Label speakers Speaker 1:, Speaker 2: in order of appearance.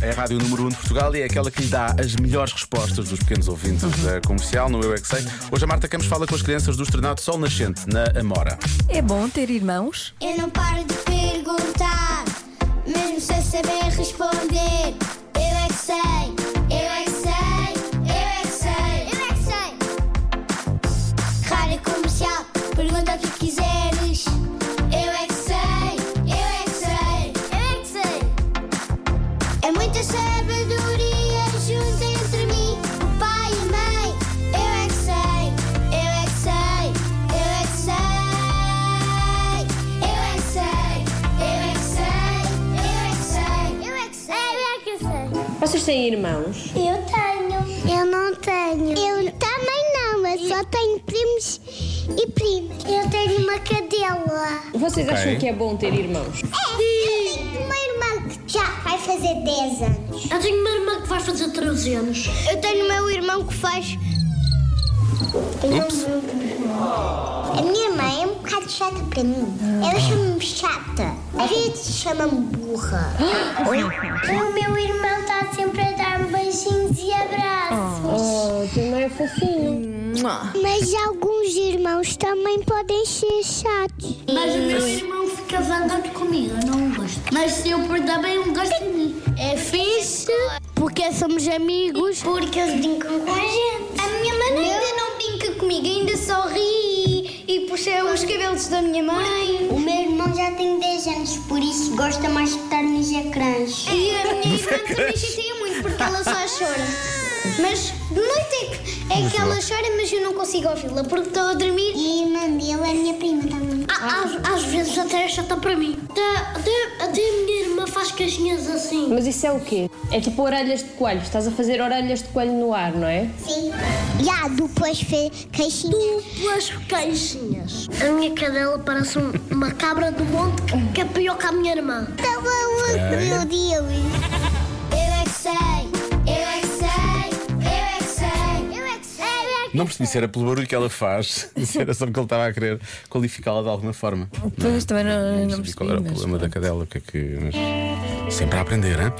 Speaker 1: é a rádio número 1 um de Portugal e é aquela que lhe dá as melhores respostas dos pequenos ouvintes da comercial, no Eu é que sei. Hoje a Marta Campos fala com as crianças do Estrenado Sol Nascente, na Amora.
Speaker 2: É bom ter irmãos?
Speaker 3: Eu não paro de perguntar, mesmo sem saber responder. Eu é que sei, eu é que sei, eu é que sei, eu é que sei. Rádio comercial, pergunta o que quiseres. Eu é que sei, eu é que sei, eu é que sei. É muita sabedoria junta entre mim, o pai e a mãe. Eu é que sei, eu é que sei, eu é que sei. Eu é que sei, eu é que sei, eu é que sei, eu é que sei, eu é que sei.
Speaker 4: Vocês têm irmãos?
Speaker 3: Eu tenho. Eu não tenho. Eu também não, eu só tenho primos e primas. Eu tenho uma cadela.
Speaker 4: Vocês
Speaker 1: Ok.
Speaker 4: acham que é bom ter irmãos?
Speaker 3: É, eu tenho uma irmã que já vai fazer 10 anos.
Speaker 5: Eu tenho uma irmã que vai fazer 13 anos.
Speaker 3: Eu tenho meu irmão que faz.
Speaker 1: Ups.
Speaker 3: A minha mãe é um bocado chata para mim. Ela chama-me chata. Às vezes chama-me burra. o meu irmão está sempre a dar-me beijinhos e abraços.
Speaker 4: Oh, também é fofinho.
Speaker 3: Mas alguns irmãos também podem ser chatos.
Speaker 5: Mas o meu irmão fica zangado comigo, eu não gosto. Mas eu também não gosto de mim.
Speaker 3: É fixe porque somos amigos. Porque eles brincam com a gente. A minha mãe ainda não brinca comigo, ainda só ri e puxa os cabelos da minha mãe. O meu irmão já tem 10 anos, por isso gosta mais de estar nos ecrãs. E a minha irmã também chateia muito porque ela só chora. Mas de noite é que, é que ela chora, mas eu não consigo ouvi-la porque estou a dormir. E a irmã dele é minha prima também.
Speaker 5: Ah, Às, às vezes até é chata para mim. Até, até, até a minha irmã faz caixinhas assim.
Speaker 4: Mas isso é o quê? É tipo orelhas de coelho. Estás a fazer orelhas de coelho no ar, não é?
Speaker 3: Sim.
Speaker 5: Oh.
Speaker 3: E há duplas caixinhas.
Speaker 5: Duas caixinhas. A minha cadela parece um- uma cabra do monte que, que é pior que a minha irmã.
Speaker 3: Estava louco, meu Deus. Eu é que sei, eu é que sei, eu é que sei, eu é que sei.
Speaker 1: Não percebi se era pelo barulho que ela faz, se era só porque ele estava a querer qualificá-la de alguma forma.
Speaker 2: Pois, também não, não
Speaker 1: Não percebi qual era o
Speaker 2: mas
Speaker 1: problema da cadela, o que é que. Mas sempre a aprender, hein?